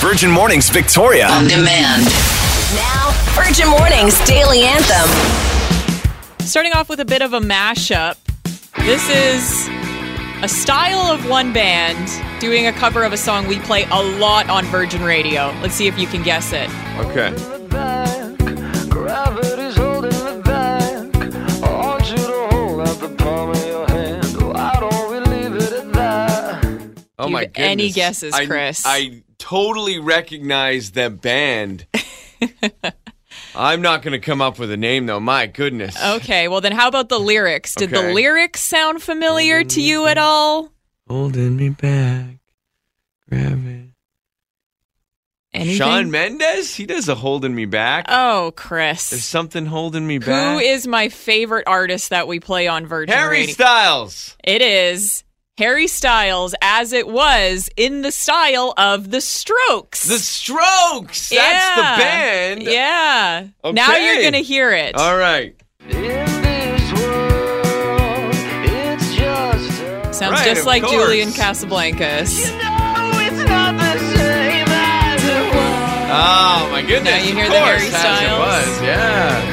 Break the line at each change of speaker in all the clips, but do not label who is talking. Virgin Mornings Victoria.
On demand.
Now, Virgin Mornings Daily Anthem.
Starting off with a bit of a mashup. This is a style of one band doing a cover of a song we play a lot on Virgin Radio. Let's see if you can guess it.
Okay.
Gravity's holding me back. I want you to hold out the palm of your hand. Why don't we leave it at that?
Oh
Do you
my
have
goodness.
any guesses,
I-
Chris?
I totally recognize the band. I'm not going to come up with a name though. My goodness.
Okay, well then how about the lyrics? Did the
Okay.
lyrics sound familiar to you at all?
Holding me back. Gravity.
Anything?
Sean Mendez? He does a holding me back.
Oh,
There's
Chris.
something holding me back.
Who is my favorite artist that we play on Virgin
Harry
Radio?
Styles?
It is Harry Styles as it was in the style of the Strokes.
The Strokes. That's
Yeah.
the band.
Yeah. Now
Okay.
you're going to hear it.
All right.
In this world, it's just.
Sounds
Right,
just
of
like
course.
Julian Casablancas.
No, it's not the same as it was.
Oh my goodness.
you
of
hear the
course,
Harry
as
Styles.
It was. Yeah.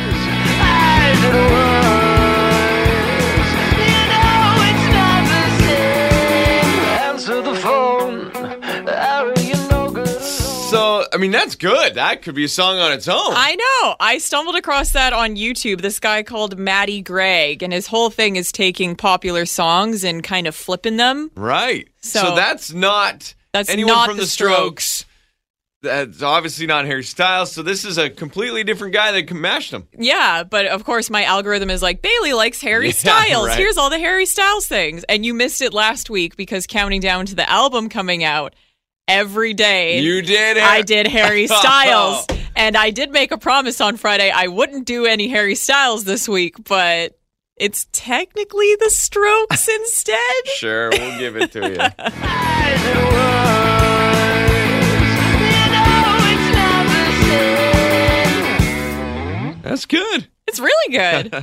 As it was. You know it's not the same. Answer the phone. Harry, you're no good alone.
So, I mean, that's good. That could be a song on its own.
I know. I stumbled across that on YouTube. This guy called Matty Gregg, and his whole thing is taking popular songs and kind of flipping them.
Right. So,
So-
that's not
That's
anyone
not
from
the
the Strokes. That's obviously not Harry Styles. So this is a completely different guy that can mash them.
Yeah, but of course, my algorithm is like Bailey likes Harry
Yeah,
Styles.
right.
Here's all the Harry Styles things. And you missed it last week because counting down to the album coming out every day.
You did. Har- Oh.
I did Harry Styles. And I did make a promise on Friday I wouldn't do any Harry Styles this week, but it's technically the Strokes instead.
Sure, we'll give it to you.
As it was. You know it's not the same.
That's good.
It's really good.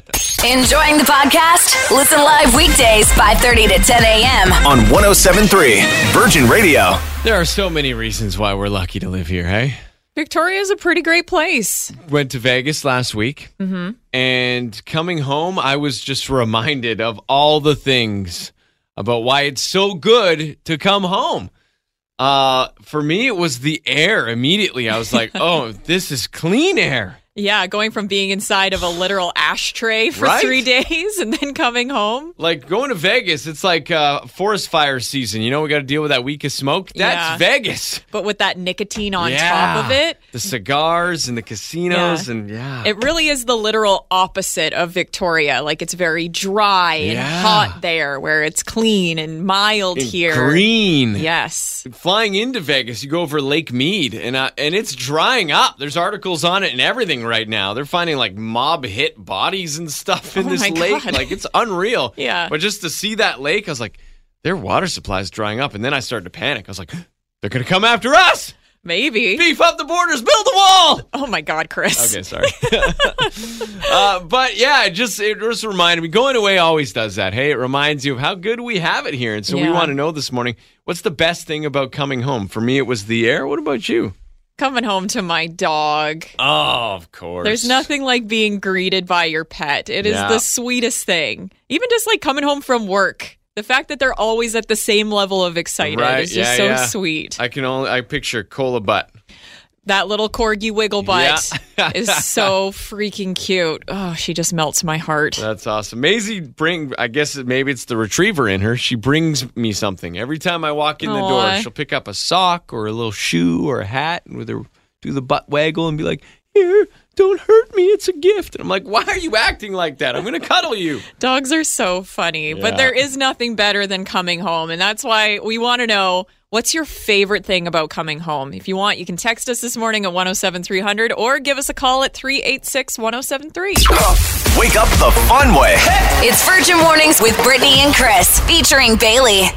Enjoying the podcast? Listen live weekdays 5:30 to 10 a.m.
On 1073 Virgin Radio.
There are so many reasons why we're lucky to live here. Hey,
Victoria's a pretty great place.
went to Vegas last week,
Mm-hmm.
and coming home, I was just reminded of all the things about why it's so good to come home. Uh, for me, it was the air. Immediately, I was like, "Oh, this is clean air."
Yeah, going from being inside of a literal ashtray for
Right?
three days and then coming home.
Like going to Vegas, it's like uh, forest fire season. You know, we got to deal with that week of smoke. That's
Yeah.
Vegas.
But with that nicotine on
Yeah.
top of it,
the cigars and the casinos,
Yeah.
and yeah,
It really is the literal opposite of Victoria. Like it's very dry and
Yeah.
hot there, where it's clean and mild
And
here.
green.
Yes.
flying into Vegas, you go over Lake Mead, and uh, and it's drying up. There's articles on it and everything right now. They're finding like mob hit bodies and stuff in
Oh
this
my
lake.
God.
Like it's unreal.
Yeah.
But just to see that lake, I was like, their water supply is drying up, and then I started to panic. I was like, they're gonna come after us.
Maybe.
Beef up the borders, build the wall.
Oh my God, Chris.
Okay, sorry. uh, but yeah, it just it just reminded me. Going away always does that. Hey, it reminds you of how good we have it here, and so we
Yeah.
want to know this morning what's the best thing about coming home. For me, it was the air. What about you?
Coming home to my dog.
Oh, of course.
There's nothing like being greeted by your pet. It is
Yeah.
the sweetest thing. Even just like coming home from work. The fact that they're always at the same level of excited
Right,
is just
yeah,
so
yeah.
sweet.
I can only I picture cola butt.
that little corgi wiggle butt
Yeah.
is so freaking cute. Oh, she just melts my heart.
That's awesome. Maisie bring I guess it- maybe it's the retriever in her. She brings me something. Every time I walk in the
Aw.
door, she'll pick up a sock or a little shoe or a hat and with her do the butt waggle and be like, "Here, don't hurt me. It's a gift." And I'm like, "Why are you acting like that? I'm going to cuddle you."
Dogs are so funny, but
Yeah.
there is nothing better than coming home. And that's why we want to know what's your favorite thing about coming home? If you want, you can text us this morning at 107300 or give us a call at 386 1073.
Wake up the fun way.
It's Virgin Mornings with Brittany and Chris, featuring Bailey.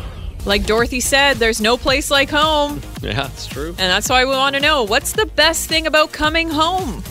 Like Dorothy said, there's no place like home.
Yeah, it's true.
And that's why we want to know what's the best thing about coming home?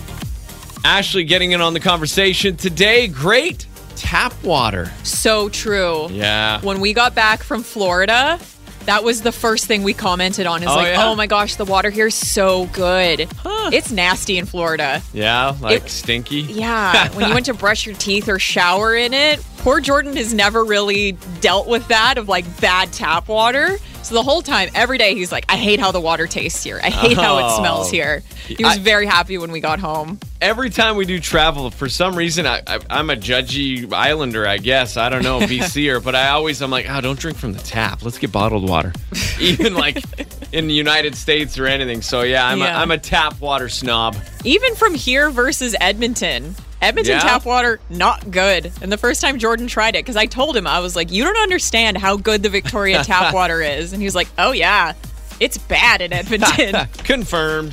Ashley getting in on the conversation today. Great tap water.
So true.
Yeah.
When we got back from Florida, That was the first thing we commented on. Is
Oh,
like,
yeah?
oh my gosh, the water here is so good. It's nasty in Florida.
Yeah, like
It-
stinky.
Yeah, when you went to brush your teeth or shower in it, poor Jordan has never really dealt with that of like bad tap water. So the whole time, every day, he's like, I hate how the water tastes here. I hate how it
Oh.
smells here. He was
I-
very happy when we got home.
Every time we do travel, for some reason, I, I, I'm a judgy islander, I guess. I don't know, BCer, but I always, I'm like, oh, don't drink from the tap. Let's get bottled water. Even like in the United States or anything. So yeah, I'm,
Yeah.
A, I'm a tap water snob.
Even from here versus Edmonton. Edmonton
Yeah?
tap water, not good. And the first time Jordan tried it, because I told him, I was like, You don't understand how good the Victoria tap water is. And he was like, Oh, yeah, it's bad in Edmonton.
Confirmed.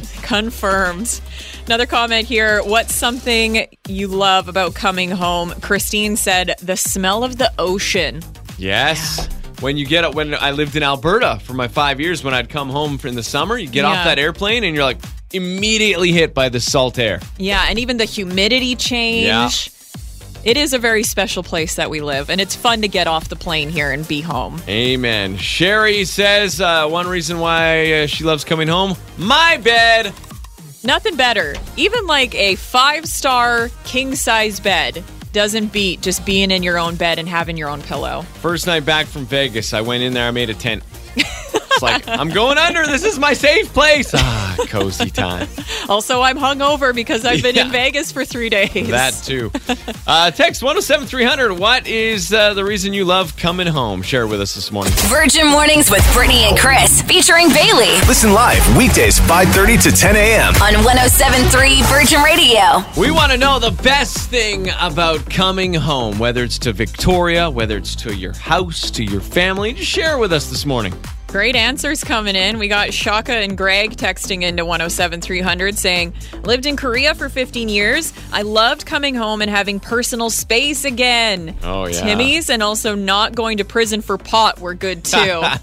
Confirmed. Another comment here. What's something you love about coming home? Christine said, The smell of the ocean.
Yes. When you get up, when I lived in Alberta for my five years, when I'd come home in the summer, you get
Yeah.
off that airplane and you're like immediately hit by the salt air.
Yeah, and even the humidity change.
Yeah.
It is a very special place that we live, and it's fun to get off the plane here and be home.
Amen. Sherry says uh, one reason why uh, she loves coming home my bed.
Nothing better. Even like a five star king size bed doesn't beat just being in your own bed and having your own pillow.
First night back from Vegas, I went in there, I made a tent. It's like, I'm going under. This is my safe place. Ah, cozy time.
Also, I'm hungover because I've been in
Yeah.
Vegas for three days.
That too. Uh, text 107300. What is uh, the reason you love coming home? Share with us this morning.
Virgin Mornings with Brittany and Chris, featuring Bailey
Listen live weekdays 5:30 to 10 a.m.
on 1073 Virgin Radio.
We want to know the best thing about coming home, whether it's to Victoria, whether it's to your house, to your family. Just share with us this morning.
Great answers coming in. We got Shaka and Greg texting into 107300 saying, Lived in Korea for 15 years. I loved coming home and having personal space again.
Oh, yeah.
Timmy's and also not going to prison for pot were good too.
Yeah,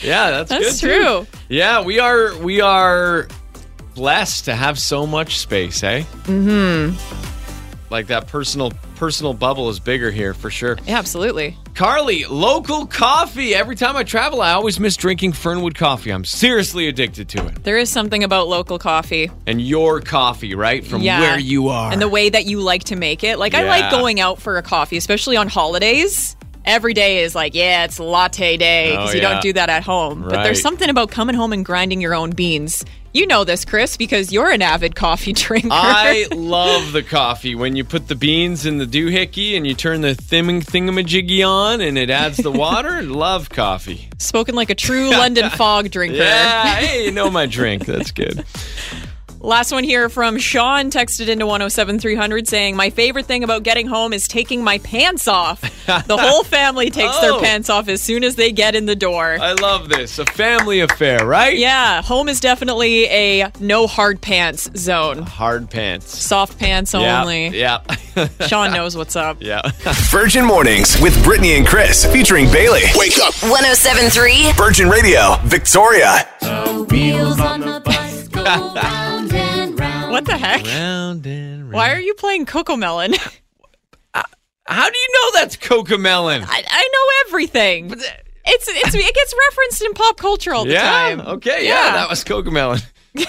that's,
That's
good, too.
true.
Yeah, we are we are blessed to have so much space, eh? Mm-hmm. Like that personal personal bubble is bigger here for sure.
Yeah, absolutely.
Carly, local coffee. Every time I travel, I always miss drinking Fernwood coffee. I'm seriously addicted to it.
There is something about local coffee.
And your coffee, right? From
Yeah.
where you are.
And the way that you like to make it. Like, I like
Yeah.
going out for a coffee, especially on holidays. Every day is like, yeah, it's latte day because
Oh,
you
yeah.
don't do that at home. But there's
Right.
something about coming home and grinding your own beans. You know this, Chris, because you're an avid coffee drinker.
I love the coffee when you put the beans in the doohickey and you turn the thimming thingamajiggy on and it adds the water. love coffee.
Spoken like a true London fog drinker.
Yeah, hey, you know my drink. That's good.
Last one here from Sean texted into 107300 saying, My favorite thing about getting home is taking my pants off. The whole family takes
Oh.
their pants off as soon as they get in the door.
I love this. A family affair, right?
Yeah, home is definitely a no hard pants zone.
Hard pants.
Soft pants only.
Yeah. Yeah.
Sean knows what's up.
yeah.
Virgin Mornings with Brittany and Chris featuring Bailey. Wake up.
1073
Virgin Radio, Victoria.
Wheels on the bus go round and round.
What the heck?
round and round.
Why are you playing Coco Melon?
How do you know that's Coca Melon?
I, I know everything. It's, it's it gets referenced in pop culture all the
uh, yeah.
time.
Okay. Yeah. That was Coca Melon.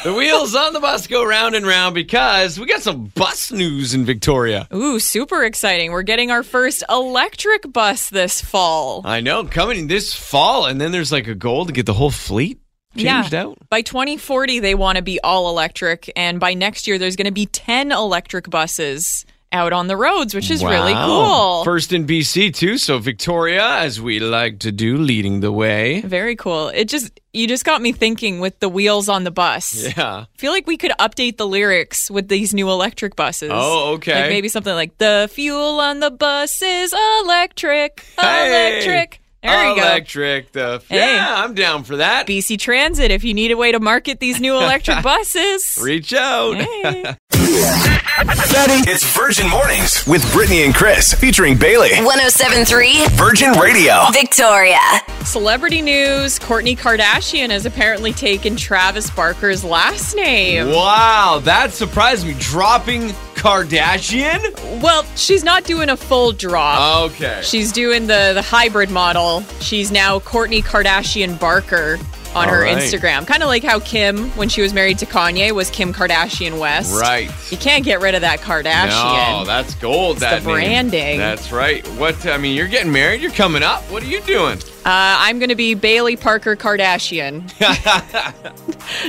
the wheels on the bus go round and round because we got some bus news in Victoria.
Ooh, super exciting. We're getting our first electric bus this fall.
I know, coming this fall, and then there's like a goal to get the whole fleet changed
yeah.
out.
By 2040, they want to be all electric. And by next year, there's going to be 10 electric buses out on the roads, which is really
Wow.
cool.
First in BC too, so Victoria, as we like to do, leading the way.
Very cool. It just you just got me thinking with the wheels on the bus.
Yeah.
I feel like we could update the lyrics with these new electric buses.
Oh, okay.
Like maybe something like the fuel on the bus is electric.
Hey!
Electric. There you go.
Electric the
Hey.
Yeah, I'm down for that.
BC Transit, if you need a way to market these new electric buses.
Reach out.
Hey.
It's Virgin Mornings with Brittany and Chris featuring Bailey.
1073
Virgin Radio.
Victoria.
Celebrity news Courtney Kardashian has apparently taken Travis Barker's last name.
Wow, that surprised me. Dropping Kardashian?
Well, she's not doing a full drop.
Okay.
She's doing the the hybrid model. She's now Courtney Kardashian Barker on
All
her
right.
Instagram. Kind of like how Kim, when she was married to Kanye, was Kim Kardashian West.
right.
You can't get rid of that
No,
Kardashian. Uh,
that's gold.
the
that name.
branding.
That's right. What I mean, you're getting married. You're coming up. What are you doing?
uh, I'm going to be Bailey Parker Kardashian.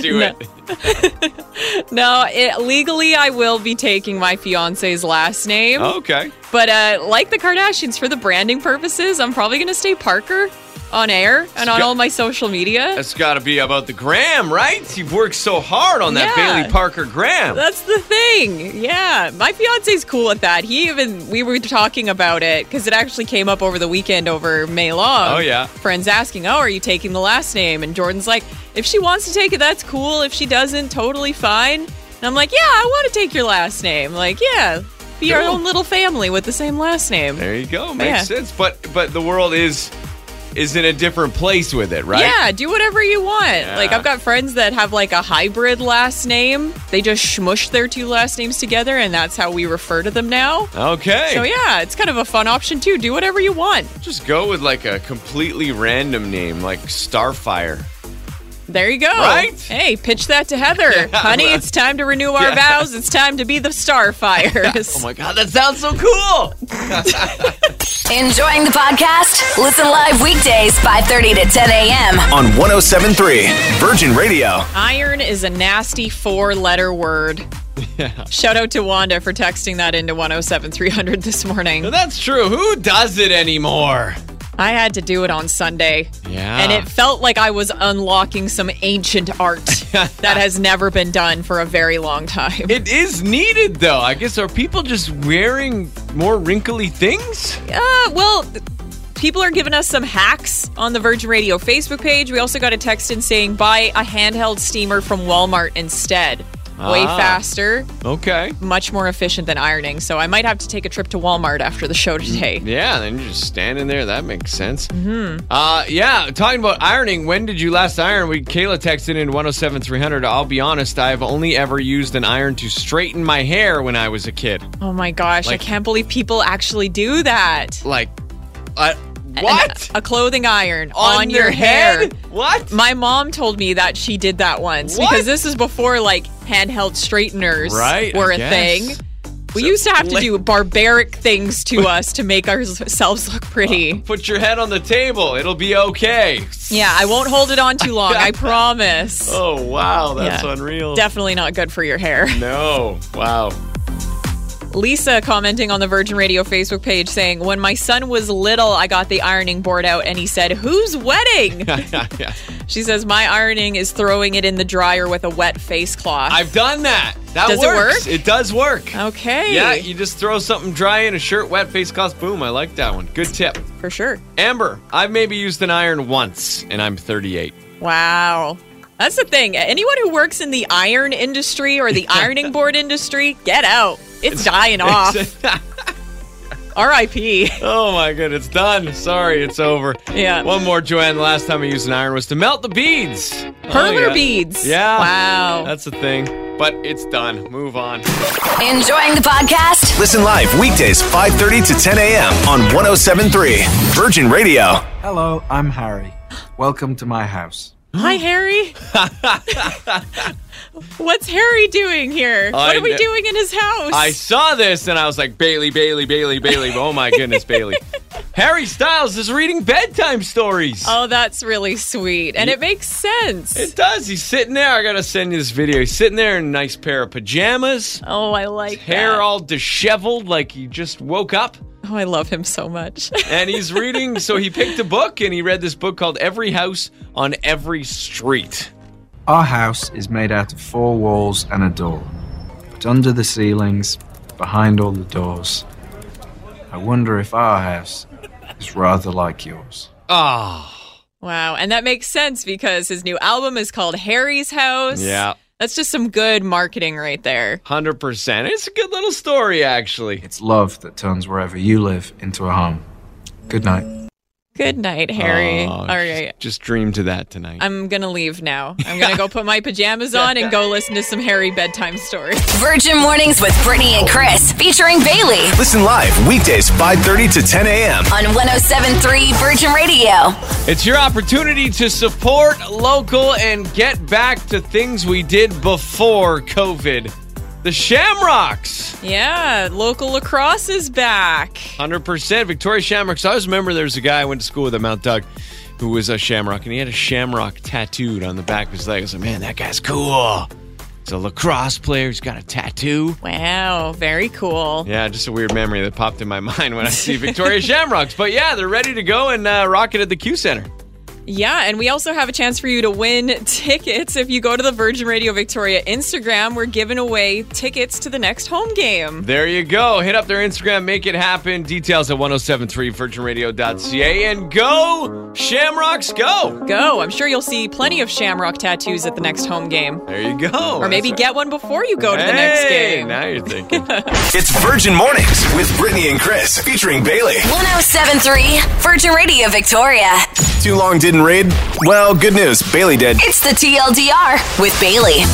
Do
No.
it.
no, it, legally, I will be taking my fiance's last name.
Okay.
But uh, like the Kardashians, for the branding purposes, I'm probably going to stay Parker on air and on
Sc-
all my social media.
That's got to be about the gram, right? You've worked so hard on that
Yeah.
Bailey Parker gram.
That's the thing. Yeah. My fiance's cool at that. He even, we were talking about it because it actually came up over the weekend over May long.
Oh, yeah.
Friends asking, oh, are you taking the last name? And Jordan's like, if she wants to take it, that's cool. If she doesn't, totally fine. And I'm like, yeah, I want to take your last name. Like, yeah, be our
Cool.
own little family with the same last name.
there you go. Makes
Yeah.
sense. But but the world is is in a different place with it, right?
Yeah, do whatever you want. Like
Yeah.
I've got friends that have like a hybrid last name. They just smush their two last names together and that's how we refer to them now.
Okay.
So yeah, it's kind of a fun option too. Do whatever you want.
Just go with like a completely random name, like Starfire.
There you go.
Right?
Hey, pitch that to Heather. Honey,
right.
it's time to renew our
Yeah.
vows. It's time to be the Starfires.
Oh my god, that sounds so cool.
Enjoying the podcast? Listen live weekdays 5:30 to 10 a.m.
On 107.3 Virgin Radio.
Iron is a nasty four letter word. Shout out to Wanda for texting that into 107300 this morning.
That's true. Who does it anymore?
I had to do it on Sunday.
Yeah.
And it felt like I was unlocking some ancient art that has never been done for a very long time.
It is needed though. I guess are people just wearing more wrinkly things?
Uh, well, th- people are giving us some hacks on the Virgin Radio Facebook page. We also got a text in saying buy a handheld steamer from Walmart instead. Way
Ah.
faster,
Okay.
much more efficient than ironing. So I might have to take a trip to Walmart after the show today.
Yeah, then you're just standing there. That makes sense. Mm-hmm. Uh, yeah, talking about ironing, when did you last iron? We Kayla texted in 107300. I'll be honest, I've only ever used an iron to straighten my hair when I was a kid.
Oh my gosh,
Like-
I can't believe people actually do that.
Like, I what?
An- a clothing iron on, your, hair.
head? What?
My mom told me that she did that once
What?
because this is before like handheld straighteners
Right,
were
I
a
guess.
thing. We
So-
used to have to
Like-
do barbaric things to us to make ourselves look pretty.
Put your head on the table. It'll be okay.
Yeah, I won't hold it on too long, I promise.
Oh wow, that's
Yeah.
unreal.
Definitely not good for your hair.
no. Wow.
Lisa commenting on the Virgin Radio Facebook page saying, When my son was little, I got the ironing board out and he said, Whose wedding?
Yeah.
she says, My ironing is throwing it in the dryer with a wet face cloth.
I've done that. That
Does it
works.
work?
It does work.
okay.
Yeah, you just throw something dry in a shirt, wet face cloth. Boom. I like that one. Good tip.
for sure.
Amber, I've maybe used an iron once, and I'm 38.
Wow. That's the thing. Anyone who works in the iron industry or the ironing board industry, get out. It's dying off. RIP.
oh my god, it's done. Sorry, it's over.
Yeah.
One more, Joanne. The last time I used an iron was to melt the beads. Oh,
Perler
yeah.
beads.
Yeah.
Wow.
That's a thing. But it's done. Move on.
Enjoying the podcast?
Listen live weekdays 5:30 to 10 a.m. on 107.3 Virgin Radio.
Hello, I'm Harry. Welcome to my house.
Hi, Harry. What's Harry doing here?
I
what are we
kn-
doing in his house?
I saw this and I was like, Bailey, Bailey, Bailey, Bailey. Oh my goodness, Bailey. Harry Styles is reading bedtime stories.
oh, that's really sweet. And it makes sense.
It does. He's sitting there. I gotta send you this video. He's sitting there in a nice pair of pajamas,
oh, I like
hair
that.
all disheveled, like he just woke up.
oh, I love him so much.
And he's reading. so he picked a book and he read this book called Every House on Every Street.
Our house is made out of four walls and a door. But under the ceilings, behind all the doors, I wonder if our house is rather like yours.
Ah,
Wow. And that makes sense because his new album is called Harry's House.
Yeah.
That's just some good marketing right there.
hundred percent. It's a good little story, actually.
It's love that turns wherever you live into a home. Good night.
Good night, Harry.
Oh,
All
just-
right.
Just dream to that tonight.
I'm going to leave now. I'm going to go put my pajamas on and go listen to some Harry bedtime stories.
Virgin Mornings with Brittany and Chris featuring Bailey
Listen live weekdays 5:30 to 10 a.m.
on 1073 Virgin Radio.
It's your opportunity to support local and get back to things we did before COVID. The Shamrocks.
Yeah, local lacrosse is back.
100% Victoria Shamrocks. I always remember there was a guy I went to school with at Mount Doug who was a Shamrock, and he had a Shamrock tattooed on the back of his leg. I was like, man, that guy's cool. He's a lacrosse player. He's got a tattoo.
Wow, very cool.
Yeah, just a weird memory that popped in my mind when I see Victoria Shamrocks. But yeah, they're ready to go and uh, rock it at the Q Center.
Yeah, and we also have a chance for you to win tickets. If you go to the Virgin Radio Victoria Instagram, we're giving away tickets to the next home game.
There you go. Hit up their Instagram, make it happen. Details at 1073virginradio.ca and go Shamrocks go.
Go. I'm sure you'll see plenty of shamrock tattoos at the next home game.
There you go.
Or maybe
That's right.
get one before you go to the next
Hey,
game.
Now you're thinking.
It's Virgin Mornings with Brittany and Chris featuring Bailey.
1073 Virgin Radio Victoria.
Too long didn't read? Well, good news. Bailey did.
It's the TLDR with Bailey.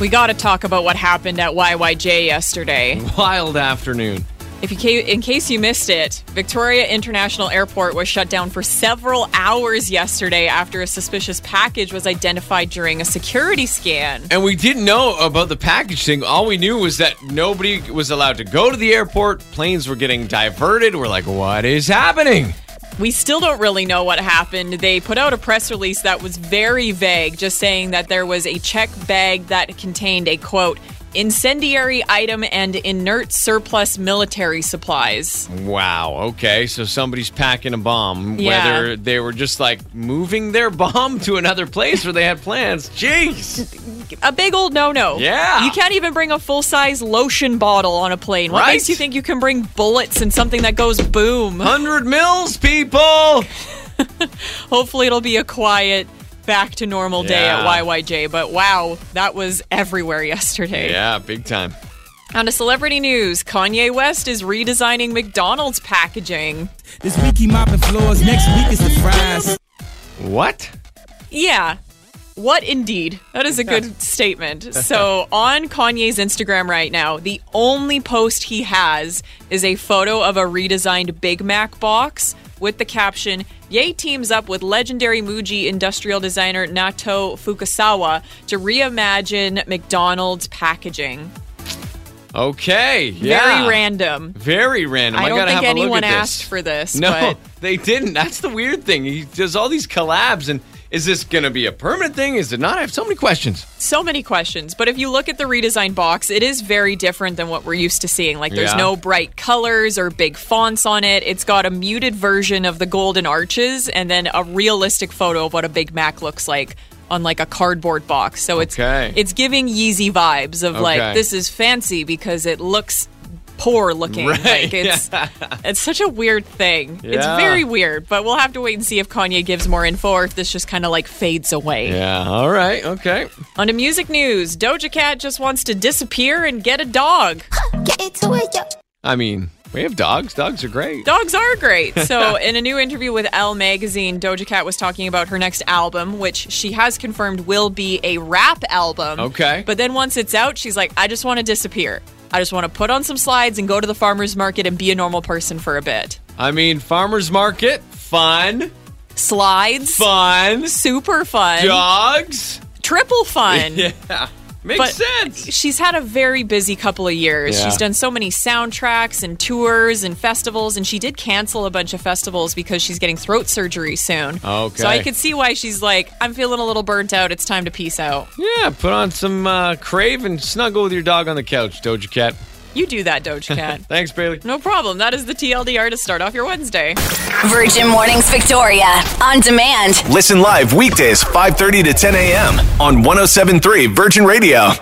We got to talk about what happened at YYJ yesterday.
Wild afternoon.
If you ca- in case you missed it, Victoria International Airport was shut down for several hours yesterday after a suspicious package was identified during a security scan.
And we didn't know about the package thing. All we knew was that nobody was allowed to go to the airport. Planes were getting diverted. We're like, what is happening?
We still don't really know what happened. They put out a press release that was very vague, just saying that there was a check bag that contained a quote incendiary item and inert surplus military supplies.
Wow. Okay. So somebody's packing a bomb.
Yeah.
Whether they were just like moving their bomb to another place where they had plans. Jeez.
A big old no-no.
Yeah.
You can't even bring a full-size lotion bottle on a plane. What
Right?
makes you think you can bring bullets and something that goes boom?
100 mils, people.
Hopefully it'll be a quiet back to normal day at
Yeah.
YYJ, but wow, that was everywhere yesterday.
Yeah, big time.
On to celebrity news, Kanye West is redesigning McDonald's packaging.
This week he mopping floors, next week is the fries.
What?
Yeah. What indeed? That is a good statement. So, on Kanye's Instagram right now, the only post he has is a photo of a redesigned Big Mac box with the caption Ye teams up with legendary Muji industrial designer Nato Fukasawa to reimagine McDonald's packaging.
Okay. Yeah.
Very random.
Very random. I,
I don't
gotta
think
have a look
anyone
at this.
asked for this,
No,
but-
they didn't. That's the weird thing. He does all these collabs, and is this going to be a permanent thing? Is it not? I have so many questions.
so many questions. But if you look at the redesigned box, it is very different than what we're used to seeing. Like there's
Yeah.
no bright colors or big fonts on it. It's got a muted version of the golden arches and then a realistic photo of what a Big Mac looks like on like a cardboard box. So it's
Okay.
it's giving Yeezy vibes of like
Okay.
this is fancy because it looks poor looking.
Right,
Like it's it's such a weird thing. It's
Yeah.
very weird, but we'll have to wait and see if Kanye gives more info or if this just kind of like fades away.
Yeah. All right. Okay.
On to music news, Doja Cat just wants to disappear and get a dog.
I mean, we have dogs. Dogs are great.
Dogs are great. So, in a new interview with Elle magazine, Doja Cat was talking about her next album, which she has confirmed will be a rap album.
Okay.
But then once it's out, she's like, I just want to disappear. I just want to put on some slides and go to the farmer's market and be a normal person for a bit.
I mean, farmers market, fun,
Slides,
fun,
super fun,
dogs.
triple fun.
Yeah. Makes
But-
sense.
she's had a very busy couple of years.
Yeah.
She's done so many soundtracks and tours and festivals, and she did cancel a bunch of festivals because she's getting throat surgery soon.
Okay.
So I could see why she's like, I'm feeling a little burnt out. It's time to peace out.
Yeah. Put on some uh, crave and snuggle with your dog on the couch, Doja Cat.
You do that, Doja Cat.
Thanks, Bailey.
no problem. That is the TLDR to start off your Wednesday.
Virgin Mornings Victoria on demand.
Listen live weekdays 5:30 to 10 a.m. on 1073 Virgin Radio.